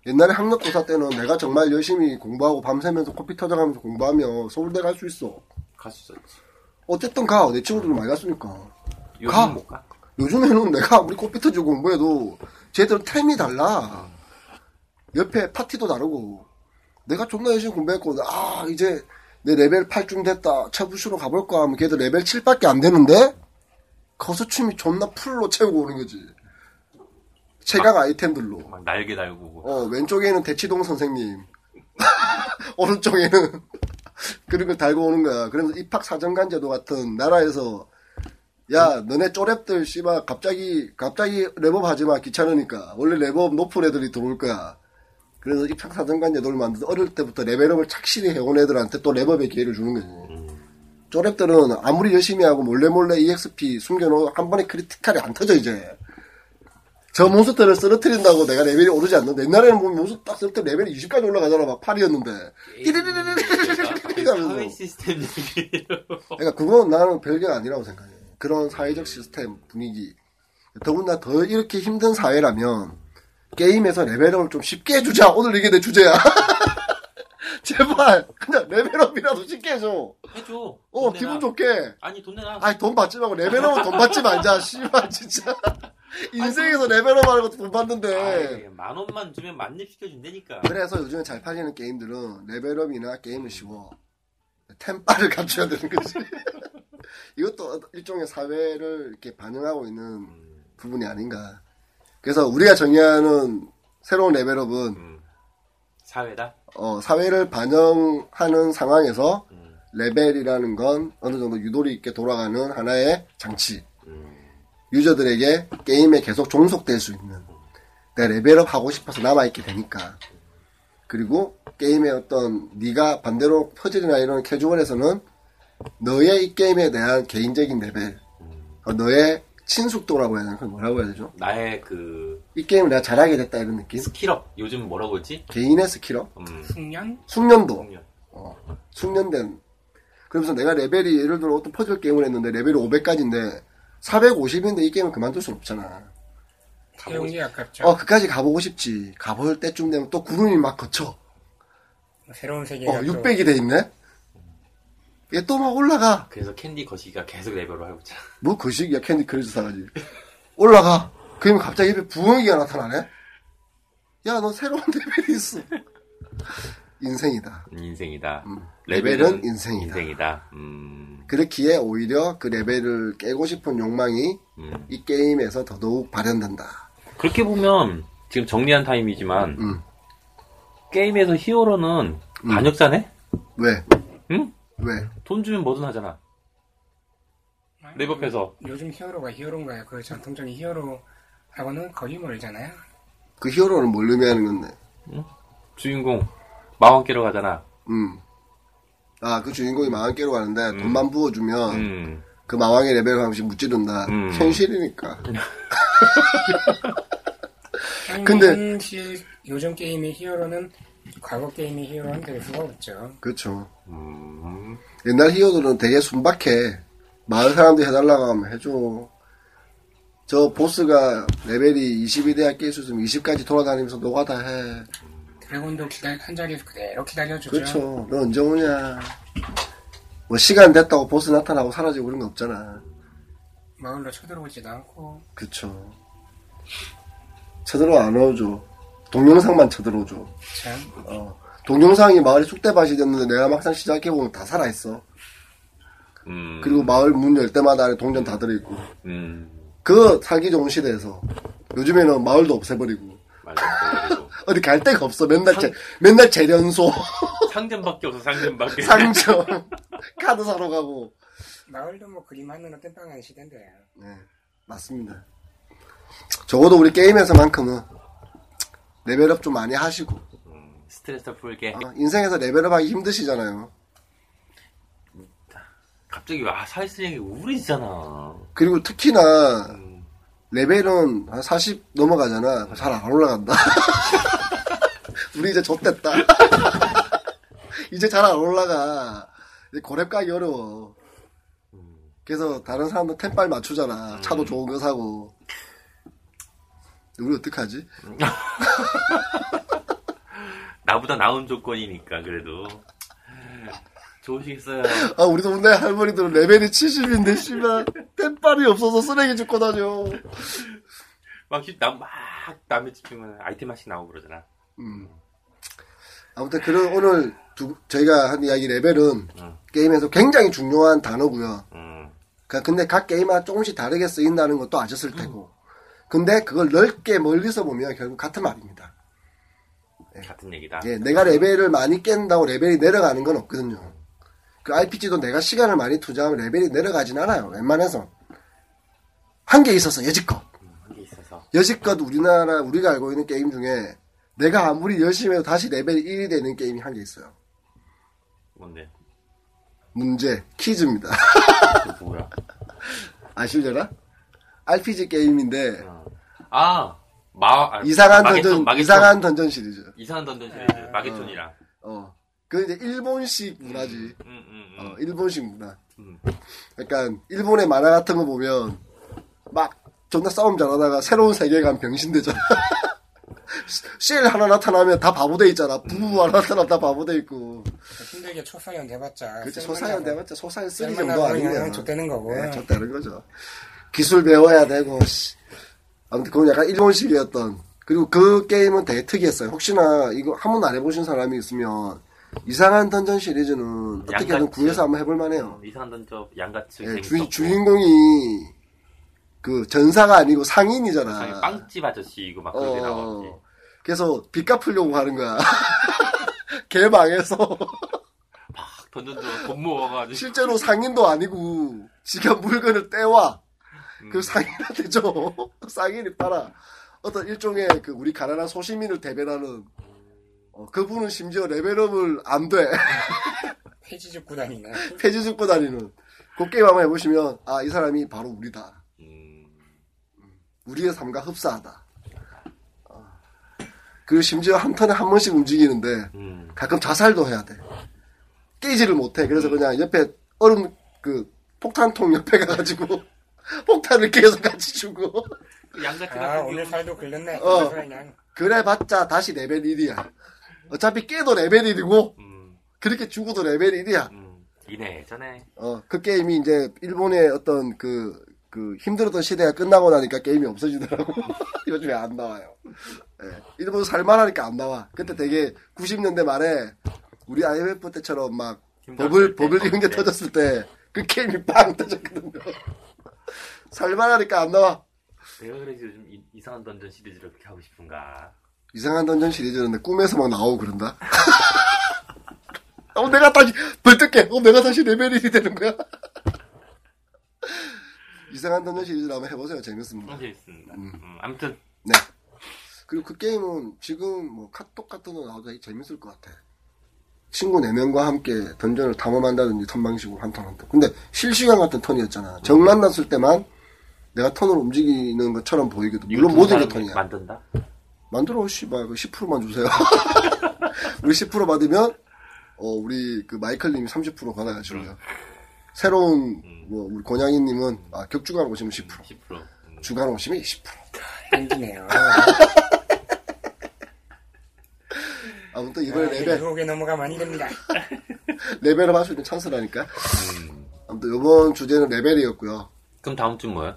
S3: 옛날에 학력고사 때는 내가 정말 열심히 공부하고 밤새면서 코피 터져가면서 공부하면 서울대 갈 수 있어.
S1: 갈수 있었지
S3: 어쨌든 가. 내 친구들도 많이 갔으니까. 가.
S1: 요즘 못가
S3: 요즘에는 내가 아무리 코피터 주고 공부해도 쟤들은 템이 달라. 옆에 파티도 다르고. 내가 존나 열심히 공부했고, 아, 이제 내 레벨 8쯤 됐다. 차부시로 가볼까 하면 걔들 레벨 7밖에 안 되는데? 거수춤이 존나 풀로 채우고 오는 거지. 최강 아이템들로.
S1: 막 날개 달고
S3: 어, 왼쪽에는 대치동 선생님. 오른쪽에는 그런 걸 달고 오는 거야. 그래서 입학 사정관 제도 같은 나라에서 야, 너네 쪼랩들 씨발 갑자기 갑자기 랩업 하지 마. 귀찮으니까. 원래 랩업 높은 애들이 들어올 거야. 그래서 입학 사정관 제도를 만들어서 어릴 때부터 레벨업을 착실히 해온 애들한테 또 랩업의 기회를 주는 거지. 쪼랩들은 아무리 열심히 하고 몰래몰래 EXP 숨겨놓고 한 번에 크리티칼이 안 터져, 이제. 저 몬스터를 쓰러뜨린다고 내가 레벨이 오르지 않는데 옛날에는 보면 몬스터 딱 쓸 때 레벨이 20까지 올라가잖아 막 8이었는데
S1: 사회
S3: 이러면서
S1: 시스템 얘기예요
S3: 그러니까 그건 나는 별게 아니라고 생각해 그런 사회적 시스템 분위기 더군다나 더 이렇게 힘든 사회라면 게임에서 레벨업을 좀 쉽게 해주자 오늘 이게 내 주제야 제발 그냥 레벨업이라도 쉽게 해줘
S1: 해줘
S3: 어
S1: 돈 내놔.
S3: 기분 좋게
S1: 아니 돈 내놔
S3: 아이 돈 받지 말고 레벨업은 돈 받지 말자 씨발 진짜 인생에서 레벨업 하는 것도 돈 받는데
S1: 아이, 만 원만 주면 만렙 시켜준다니까
S3: 그래서 요즘에 잘 팔리는 게임들은 레벨업이나 게임은 쉬워. 템빨을 감춰야 되는 거지. 이것도 일종의 사회를 이렇게 반영하고 있는 부분이 아닌가. 그래서 우리가 정의하는 새로운 레벨업은
S1: 음. 사회다
S3: 어, 사회를 반영하는 상황에서 레벨이라는 건 어느 정도 유도리 있게 돌아가는 하나의 장치. 유저들에게 게임에 계속 종속될 수 있는. 내가 레벨업 하고 싶어서 남아있게 되니까. 그리고 게임의 어떤 네가 반대로 퍼즐이나 이런 캐주얼에서는 너의 이 게임에 대한 개인적인 레벨, 어, 너의 친숙도라고 해야 되나? 그걸 뭐라고 해야 되죠?
S1: 나의 그
S3: 이 게임을 내가 잘하게 됐다 이런 느낌?
S1: 스킬업 요즘 뭐라고 했지
S3: 개인의 스킬업?
S1: 음.
S4: 숙련?
S3: 숙련도.
S1: 공연.
S3: 숙련된 그러면서 내가 레벨이 예를 들어 어떤 퍼즐 게임을 했는데 레벨이 500까지인데 450인데 이 게임을 그만둘 순 없잖아
S4: 태용이 아깝죠.
S3: 어 그까지 가보고 싶지 가볼 때쯤 되면 또 구름이 막 거쳐
S4: 새로운 세계가
S3: 어
S4: 예, 또
S3: 600이 돼 있네 얘 또 막 올라가
S1: 그래서 캔디 거시기가 계속 레벨을 하고 있잖아
S3: 뭐 거시기야 캔디 크러쉬 사가지 올라가 그러면 갑자기 옆에 부엉이가 나타나네 야 너 새로운 레벨이 있어 인생이다
S1: 음, 인생이다
S3: 음, 레벨은 인생이다.
S1: 인생이다 음.
S3: 그렇기에 오히려 그 레벨을 깨고 싶은 욕망이
S1: 음.
S3: 이 게임에서 더더욱 발현된다.
S1: 그렇게 보면 지금 정리한 타임이지만
S3: 음.
S1: 게임에서 히어로는 반역자네?
S3: 왜?
S1: 응?
S3: 왜?
S1: 돈 주면 뭐든 하잖아 레벨업해서
S4: 음, 요즘 히어로가 히어로인가요? 그 전통적인 히어로하고는 거의 멀잖아요.
S3: 그 히어로는 뭘 의미하는 건데?
S1: 주인공 마왕 깨러 가잖아
S3: 음. 아, 그 주인공이 망왕 깨러 가는데 돈만 부어주면
S1: 음.
S3: 그 마왕의 레벨을 한번씩 무찌른다.
S1: 음.
S3: 현실이니까. 근데-
S4: 근데 실 요즘 게임의 히어로는 과거 게임의 히어로는 될 수가 없죠.
S3: 그렇죠.
S1: 음.
S3: 옛날 히어로들은 되게 순박해. 마을 사람들 해달라고 하면 해줘. 저 보스가 레벨이 20이 돼야 깰 수 있으면 20까지 돌아다니면서 노가다 해.
S4: 드래곤도 기다 한 자리에서 그대로 기다려주죠.
S3: 그렇죠. 너 언제 오냐. 뭐 시간 됐다고 보스 나타나고 사라지고 그런 거 없잖아.
S4: 마을로 쳐들어오지도 않고
S3: 그쵸. 쳐들어 안 오죠. 동영상만 쳐들어오죠.
S4: 참
S3: 어. 동영상이 마을이 쑥대밭이 됐는데 내가 막상 시작해보면 다 살아있어.
S1: 음.
S3: 그리고 마을 문 열 때마다 안에 동전 다 들어있고.
S1: 음.
S3: 그 사기 좋은 시대에서 요즘에는 마을도 없애버리고.
S1: 맞아. 그리고
S3: 어디 갈 데가 없어. 맨날, 재, 맨날 재련소,
S5: 상점밖에 없어, 상점밖에.
S3: 상점, 카드 사러 가고.
S4: 마을도 뭐 그림 하느라 땜빵한 시대인데
S3: 네, 맞습니다. 적어도 우리 게임에서만큼은 레벨업 좀 많이 하시고.
S1: 스트레스 풀게.
S3: 아, 인생에서 레벨업 하기 힘드시잖아요.
S1: 갑자기 와 사이스 얘기 우울해지잖아.
S3: 그리고 특히나 레벨은 한 40 넘어가잖아. 잘 안 올라간다. 우리 이제 좆됐다. 이제 잘 안 올라가. 이제 고렙 가기 어려워. 그래서 다른 사람들 템빨 맞추잖아. 차도 좋은 거 사고. 우리 어떡하지?
S1: 나보다 나은 조건이니까 그래도 좋으시겠어요.
S3: 아, 우리 동네 할머니들은 레벨이 70인데, 씨발. 템빨이 없어서 쓰레기 줍고 다녀.
S1: 막남막 남의 집 주면 아이템 맛이 나오고 그러잖아.
S3: 아무튼 그런 오늘 두- 저희가 한 이야기 레벨은 게임에서 굉장히 중요한 단어고요.
S1: 음.
S3: 그러니까 근데 각 게임마다 조금씩 다르게 쓰인다는 것도 아셨을 테고. 근데 그걸 넓게 멀리서 보면 결국 같은 말입니다.
S1: 같은 얘기다.
S3: 예, 내가 레벨을 많이 깬다고 레벨이 내려가는 건 없거든요. 그 RPG도 내가 시간을 많이 투자하면 레벨이 내려가진 않아요. 웬만해서. 한 게 있어서 여지껏.
S1: 한 게 있어서.
S3: 여지껏 우리나라 우리가 알고 있는 게임 중에 내가 아무리 열심히 해도 다시 레벨 1이 되는 게임이 한 개 있어요.
S1: 뭔데?
S3: 문제 퀴즈입니다.
S1: 그 뭐야?
S3: 아실려나? RPG 게임인데
S1: 아, 마 아,
S3: 이상한
S1: 마게톤,
S3: 던전
S1: 마게톤.
S3: 이상한 던전 시리즈.
S1: 이상한 던전 시리즈 마게톤이랑.
S3: 어. 그 이제 일본식 문화지.
S1: 음, 음, 음.
S3: 어, 일본식 문화.
S1: 음.
S3: 약간 일본의 만화 같은 거 보면 막 존나 싸움 잘하다가 새로운 세계관 병신되잖아. 실 하나 나타나면 다 바보 돼 있잖아. 부부 하나 나타나면 다 바보 돼 있고.
S4: 힘들게 초사연 해봤자
S3: 그치 소사연 대봤자 소사연 쓰리
S4: 쓸만하고
S3: 정도
S4: 그냥
S3: 아니면
S4: 좆되는 거고.
S1: 네.
S3: 좆되는 네, 거죠. 기술 배워야 되고 씨. 아무튼 그건 약간 일본식이었던 그리고 그 게임은 되게 특이했어요. 혹시나 이거 한 번도 안 해보신 사람이 있으면 이상한 던전 시리즈는 어떻게든
S1: 양같이.
S3: 구해서 한번 해볼만해요.
S1: 음, 이상한 던전 양같이
S3: 예,
S1: 재밌었고.
S3: 주인, 주인공이 그 전사가 아니고
S1: 이상하게
S3: 상인이잖아.
S1: 빵집 아저씨이고 막 그런 데 나왔지.
S3: 어, 그래서 빚 갚으려고 하는 거야. 개 망해서.
S1: 막 던전도 돈 모아가지고.
S3: 실제로 상인도 아니고 지가 물건을 떼와 그 상인한테 줘 상인이 팔아 어떤 일종의 그 우리 가난한 소시민을 대변하는 어, 그분은 심지어 레벨업을 안돼
S4: 폐지 줍고 다니나
S3: 폐지 줍고 다니는 그 게임 한번 해보시면 아 이 사람이 바로 우리다
S1: 음,
S3: 우리의 삶과 흡사하다 어. 그리고 심지어 한 턴에 한 번씩 움직이는데
S1: 음.
S3: 가끔 자살도 해야 돼. 깨지를 못해. 그래서 그냥 옆에 얼음 그 폭탄통 옆에 가가지고 폭탄을 계속 같이 주고
S1: 그 양같이
S4: 아
S1: 같은
S4: 오늘
S1: 경우
S4: 살도 글렀네
S3: 어.
S4: 그냥
S3: 그래봤자 다시 레벨 1이야. 어차피 깨도 레벨 1이고
S1: 음,
S3: 그렇게 죽어도 레벨 1이야.
S1: 음. 이네 전에
S3: 어, 그 게임이 이제 일본의 어떤 그, 그 힘들었던 시대가 끝나고 나니까 게임이 없어지더라고. 요즘에 안 나와요. 예. 일본 살만하니까 안 나와. 그때 되게 90년대 말에 우리 IMF 때처럼 막 버블,
S1: 힘들었을 때, 예.
S3: 버블
S1: 버블
S3: 경제
S1: 때.
S3: 터졌을 때 그 게임이 빵 터졌거든요. 살만하니까 안 나와.
S1: 내가 그래서 요즘 이, 이상한 던전 시리즈를 그렇게 하고 싶은가
S3: 이상한 던전 시리즈였는데 꿈에서 막 나오고 그런다. 어, 내가 다시 벌떡 깨. 어, 내가 다시 레벨 1이 되는 거야. 이상한 던전 시리즈 한번 해보세요. 재밌습니다.
S1: 너무 재밌습니다 음, 아무튼
S3: 네. 그리고 그 게임은 지금 뭐 카톡 같은 거 나와도 되게 재밌을 것 같아. 친구 4명과 함께 던전을 탐험한다든지 턴방식으로 한 턴 한 턴. 근데 실시간 같은 턴이었잖아. 정 만났을 때만 내가 턴을 움직이는 것처럼 보이거든. 물론 모든 게
S1: 그 사람이
S3: 턴이야.
S1: 만든다
S3: 만들어 씨발 그 10%만 주세요. 우리 10% 받으면 어 우리 그 마이클 님이 30% 받아가지고요. 새로운 뭐 우리 권양이 님은 아 격주간 오시면 10%,
S1: 10% 음,
S3: 주간 오시면 20%.
S4: 땡기네요
S3: 아무튼 이번에 레벨
S4: 유혹에 넘어가 많이 됩니다
S3: 레벨업 할 수 있는 찬스라니까. 아무튼 이번 주제는 레벨이었고요.
S1: 그럼 다음 주 뭐야?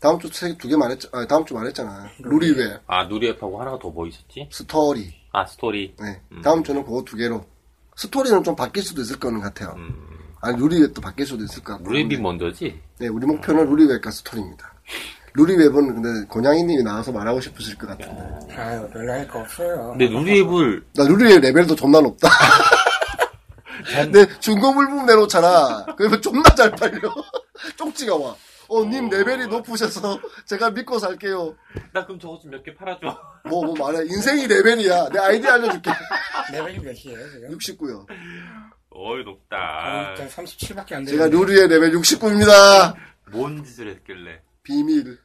S3: 다음 주두개 말했, 아, 다음 주 말했잖아. 룰이 왜?
S1: 아, 누리앱하고 하나가 더 뭐 있었지?
S3: 스토리.
S1: 아, 스토리.
S3: 네. 다음 주는 그거 두 개로. 스토리는 좀 바뀔 수도 있을 거는 같아요. 아니, 룰이 또 바뀔 수도 있을 것 같고.
S1: 누리앱이 먼저지?
S3: 네, 우리 목표는 루리웹과 스토리입니다. 루리웹은 근데 곤양이님이 나와서 말하고 싶으실 것 같은데.
S4: 아유, 별로 할 거 없어요.
S3: 네.
S1: 근데 누리앱을
S3: 나 루리웹 레벨도 존나 높다. 내 중고물품 내놓잖아. 그러면 존나 잘 팔려. 쪽지가 와. 어, 님 레벨이 높으셔서 제가 믿고 살게요.
S5: 나 그럼 저거 좀 몇 개 팔아줘.
S3: 뭐, 뭐 말해. 인생이 레벨이야. 내 아이디 알려줄게.
S4: 레벨이 몇이에요, 지금?
S3: 69요.
S1: 어이
S4: 아,
S1: 높다.
S4: 일단 37밖에 안
S3: 제가
S4: 되는데.
S3: 루리의 레벨 69입니다.
S1: 뭔 짓을 했길래?
S3: 비밀.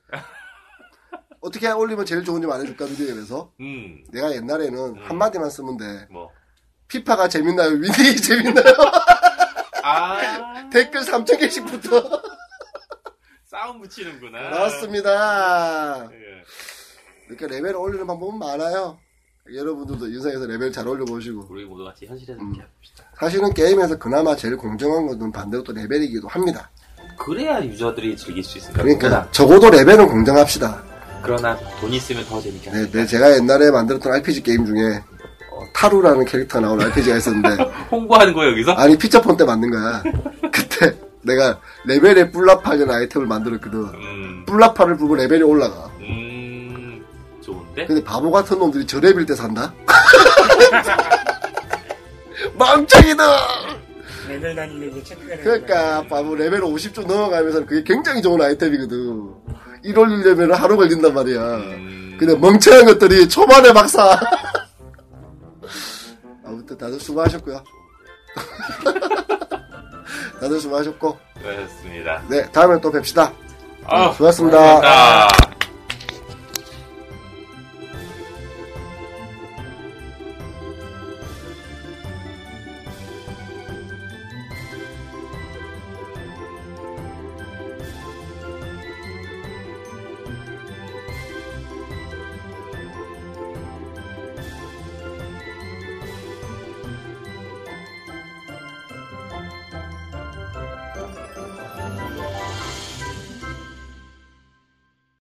S3: 어떻게 올리면 제일 좋은지 말해줄까, 루리웹에서?
S1: 음,
S3: 내가 옛날에는 한마디만 쓰면 돼.
S1: 뭐.
S3: 피파가 재밌나요? 위니 재밌나요?
S5: 아
S3: 댓글 3천 개씩 붙어
S5: 싸움
S1: 네.
S5: 붙이는구나.
S3: 나왔습니다.
S5: 예.
S3: 이렇게 레벨 올리는 방법은 많아요. 여러분들도 인상에서 레벨 잘 올려보시고
S1: 우리 모두 같이 현실에서 함께 합시다.
S3: 사실은 게임에서 그나마 제일 공정한 것은 반대로 또 레벨이기도 합니다.
S1: 그래야 유저들이 즐길 수 있습니다.
S3: 그러니까 적어도 레벨은 공정합시다.
S1: 그러나 돈 있으면 더 재밌게
S3: 네,
S1: 합니다.
S3: 네, 제가 옛날에 만들었던 RPG 게임 중에 어, 타루라는 캐릭터 나오는 RPG가 있었는데
S1: 홍보하는 거예요 여기서?
S3: 네. 아니 피처폰 때 만든 거야. 그때 내가 레벨에 뿔라파라는 아이템을 만들었거든.
S1: 음,
S3: 뿔라파를 부고 레벨이 올라가.
S1: 음, 좋은데?
S3: 근데 바보 같은 놈들이 저랩일 때 산다? 망정이다!
S4: 레벨 단위로 이제 체크가 되는
S3: 그러니까 바보 레벨 50조 넘어가면서 그게 굉장히 좋은 아이템이거든. 이올리려면 하루 걸린단 말이야.
S1: 음,
S3: 근데 멍청한 것들이 초반에 막사. 아무튼 다들 수고하셨고요. 다들 수고하셨고
S1: 그렇습니다.
S3: 네 다음에 또 뵙시다.
S1: 아, 어.
S3: 수고하셨습니다.
S1: 감사합니다.